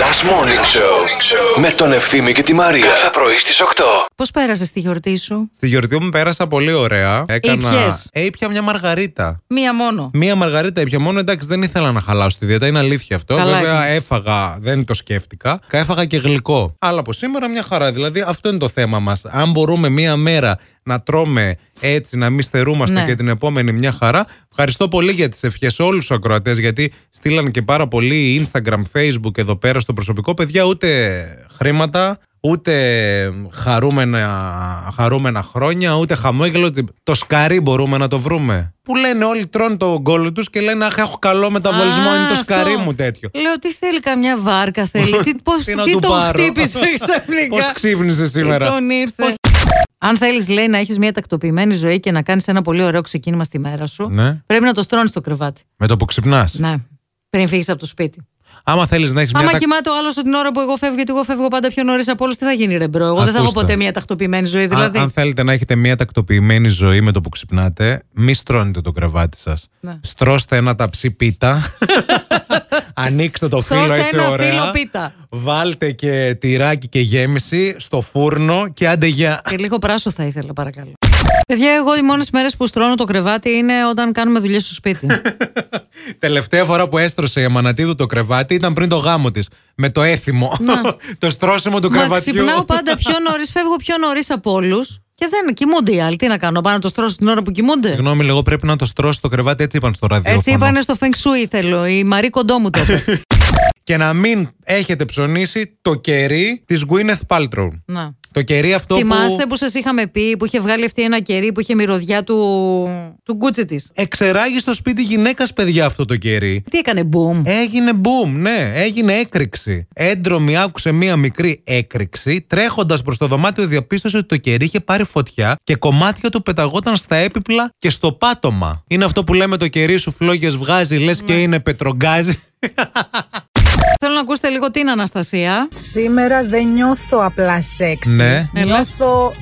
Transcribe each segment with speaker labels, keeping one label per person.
Speaker 1: Last Morning Show με τον Ευθύμη και τη Μαρία. Κάθε πρωί στις 8.
Speaker 2: Πώς πέρασες τη γιορτή σου,
Speaker 3: Στη γιορτή μου πέρασα πολύ ωραία. Έκανα.
Speaker 2: Ήπιες?
Speaker 3: Ε, ήπια μια μαργαρίτα.
Speaker 2: Μία μόνο.
Speaker 3: Μία μαργαρίτα ήπια μόνο. Εντάξει, δεν ήθελα να χαλάσω τη δίαιτα. Είναι αλήθεια αυτό.
Speaker 2: Καλά
Speaker 3: Βέβαια,
Speaker 2: έκανες.
Speaker 3: έφαγα, δεν το σκέφτηκα. Έφαγα και γλυκό. Αλλά από σήμερα μια χαρά. Δηλαδή, αυτό είναι το θέμα μας. Αν μπορούμε μία μέρα να τρώμε έτσι, να μην στερούμαστε
Speaker 2: Ναι.
Speaker 3: και την επόμενη μια χαρά. Ευχαριστώ πολύ για τις ευχές όλους τους ακροατές, γιατί στείλαν και πάρα πολύ Instagram, Facebook εδώ πέρα στο προσωπικό. Παιδιά, ούτε χρήματα, ούτε χαρούμενα, χαρούμενα χρόνια, ούτε χαμόγελο. ότι Το σκαρί μπορούμε να το βρούμε. Που λένε όλοι τρώνε το γκόλο τους και λένε Αχ, έχω καλό μεταβολισμό,
Speaker 2: Α,
Speaker 3: είναι το
Speaker 2: αυτό.
Speaker 3: σκαρί μου τέτοιο.
Speaker 2: Λέω τι θέλει καμιά βάρκα, θέλει. τι πώς,
Speaker 3: Τι να
Speaker 2: τι
Speaker 3: του
Speaker 2: τον
Speaker 3: πάρω.
Speaker 2: χτύπησες ξαφνικά.
Speaker 3: Πώς ξύπνησες
Speaker 2: Τι
Speaker 3: σήμερα.
Speaker 2: Τον ήρθε. Αν θέλεις, λέει, να έχεις μια τακτοποιημένη ζωή και να κάνεις ένα πολύ ωραίο ξεκίνημα στη μέρα σου,
Speaker 3: Ναι.
Speaker 2: πρέπει να το στρώνεις το κρεβάτι.
Speaker 3: Με το που ξυπνάς.
Speaker 2: Ναι. Πριν φύγεις από το σπίτι.
Speaker 3: Άμα θέλεις να έχεις μια
Speaker 2: Άμα
Speaker 3: τακ-
Speaker 2: κοιμάται ο άλλος την ώρα που εγώ φεύγω, γιατί εγώ φεύγω πάντα πιο νωρίς από όλους, τι θα γίνει, ρε μπρο. Εγώ δεν θα έχω
Speaker 3: Ακούστε.
Speaker 2: ποτέ μια τακτοποιημένη ζωή, δηλαδή.
Speaker 3: Αν, αν θέλετε να έχετε μια τακτοποιημένη ζωή με το που ξυπνάτε, μη στρώνετε το κρεβάτι σας.
Speaker 2: Ναι.
Speaker 3: Στρώστε ένα ταψί πίτα. Ανοίξτε το φύλλο
Speaker 2: Στρώστε
Speaker 3: έτσι
Speaker 2: ένα
Speaker 3: ωραία.
Speaker 2: φύλλο πίτα.
Speaker 3: Βάλτε και τυράκι και γέμιση στο φούρνο και άντε για.
Speaker 2: Και λίγο πράσο θα ήθελα, παρακαλώ. Παιδιά, εγώ οι μόνες μέρες που στρώνω το κρεβάτι είναι όταν κάνουμε δουλειές στο σπίτι.
Speaker 3: Τελευταία φορά που έστρωσε η Αμανατίδου το κρεβάτι ήταν πριν το γάμο της. Με το έθιμο. το στρώσιμο του
Speaker 2: Ναι. Μα
Speaker 3: κρεβατιού.
Speaker 2: ξυπνάω πάντα πιο νωρίς, φεύγω πιο νωρίς από όλους και δεν κοιμούνται οι άλλοι. Τι να κάνω, πάω να το στρώσω την ώρα που κοιμούνται.
Speaker 3: Συγγνώμη, λίγο πρέπει να το στρώσει το κρεβάτι, έτσι είπαν στο ραδιόφωνο.
Speaker 2: Έτσι είπανε στο Feng Shui, θέλω. Η Μαρή κοντό μου τότε.
Speaker 3: Και να μην έχετε ψωνίσει το κερί της Gwyneth Paltrow.
Speaker 2: να.
Speaker 3: Το κερί αυτό
Speaker 2: Θυμάστε
Speaker 3: που
Speaker 2: που σας είχαμε πει που είχε βγάλει αυτή ένα κερί που είχε μυρωδιά του, του γκούτσι της.
Speaker 3: εξεράγει στο σπίτι γυναίκας, παιδιά, αυτό το κερί.
Speaker 2: Τι έκανε, μπούμ.
Speaker 3: Έγινε boom, ναι, έγινε έκρηξη. Έντρομη άκουσε μία μικρή έκρηξη. Τρέχοντας προς το δωμάτιο, διαπίστωσε ότι το κερί είχε πάρει φωτιά και κομμάτια του πεταγόταν στα έπιπλα και στο πάτωμα. Είναι αυτό που λέμε το κερί σου φλόγες βγάζει, λες
Speaker 2: Ναι.
Speaker 3: και είναι πετρογκάζι.
Speaker 2: Ε, Θέλω να ακούσετε λίγο την Αναστασία.
Speaker 4: Σήμερα δεν νιώθω απλά σεξι.
Speaker 3: Ναι.
Speaker 4: Νιώθω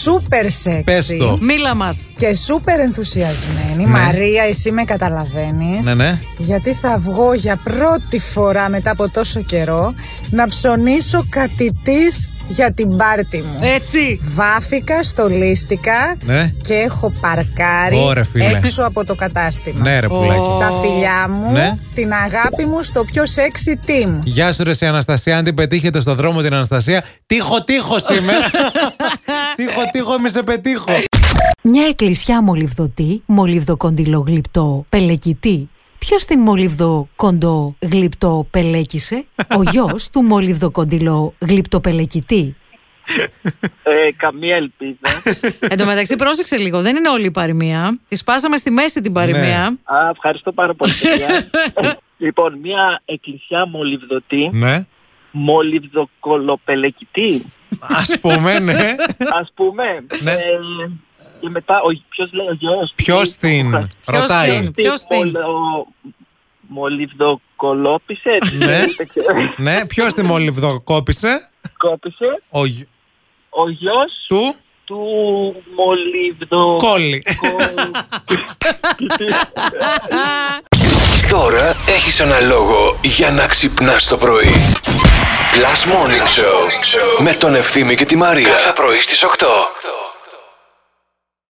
Speaker 4: σούπερ σεξι.
Speaker 3: Πες το.
Speaker 2: Μίλα μας.
Speaker 4: Και σούπερ ενθουσιασμένη. Μαρία, εσύ με καταλαβαίνεις.
Speaker 3: Ναι, ναι.
Speaker 4: Γιατί θα βγω για πρώτη φορά μετά από τόσο καιρό να ψωνίσω κατητής για την πάρτι μου.
Speaker 2: Έτσι.
Speaker 4: Βάφηκα, στολίστηκα
Speaker 3: Ε. Ναι.
Speaker 4: και έχω παρκάρει
Speaker 3: Ωραία, φίλε.
Speaker 4: έξω από το κατάστημα.
Speaker 3: Ναι, ρε πουλάκι.
Speaker 2: Ω.
Speaker 4: Τα φιλιά μου,
Speaker 3: Ναι.
Speaker 4: την αγάπη μου στο πιο σεξι team.
Speaker 3: Γεια σου, ρε σε Αναστασία. Αν την πετύχετε στον δρόμο την Αναστασία, τύχω, τύχω σήμερα. τύχω, τύχω, μη σε πετύχω.
Speaker 5: Μια εκκλησιά μολυβδοτή, μολυβδοκοντιλό γλυπτό, πελεκητή. Ποιος την μολυβδοκοντό γλυπτό πελέκησε, ο γιος του μολυβδοκοντιλό γλυπτοπελεκητή.
Speaker 6: Ε, καμία ελπίδα.
Speaker 2: Εν τω μεταξύ, πρόσεξε λίγο. Δεν είναι όλη η παροιμία. Τη σπάσαμε στη μέση την παροιμία.
Speaker 6: Α, ευχαριστώ πάρα πολύ. παιδιά. λοιπόν, μια εκκλησιά μολυβδοτή,
Speaker 3: ναι.
Speaker 6: μολυβδοκολοπελεκητή,
Speaker 3: Ας πούμε, ναι.
Speaker 6: ας πούμε.
Speaker 3: Ναι.
Speaker 6: Ε, και μετά, ο, ποιος λέει ο γιος.
Speaker 3: Ποιος την
Speaker 2: Ποιος
Speaker 3: ρωτάει.
Speaker 2: την? Ποιος την?
Speaker 6: Μολυβδοκολόπησε.
Speaker 3: Ναι. ναι, ποιος την μολυβδοκόπησε.
Speaker 6: Κόπησε.
Speaker 3: Ο γ-
Speaker 6: Ο γιος
Speaker 3: του
Speaker 6: του μολυβδοκολοπελεκητή.
Speaker 3: Κόλλη.
Speaker 1: Τώρα έχεις ένα λόγο για να ξυπνάς το πρωί. Last Morning Show με τον Ευθύμη και τη Μαρία. Κάθε πρωί στις 8.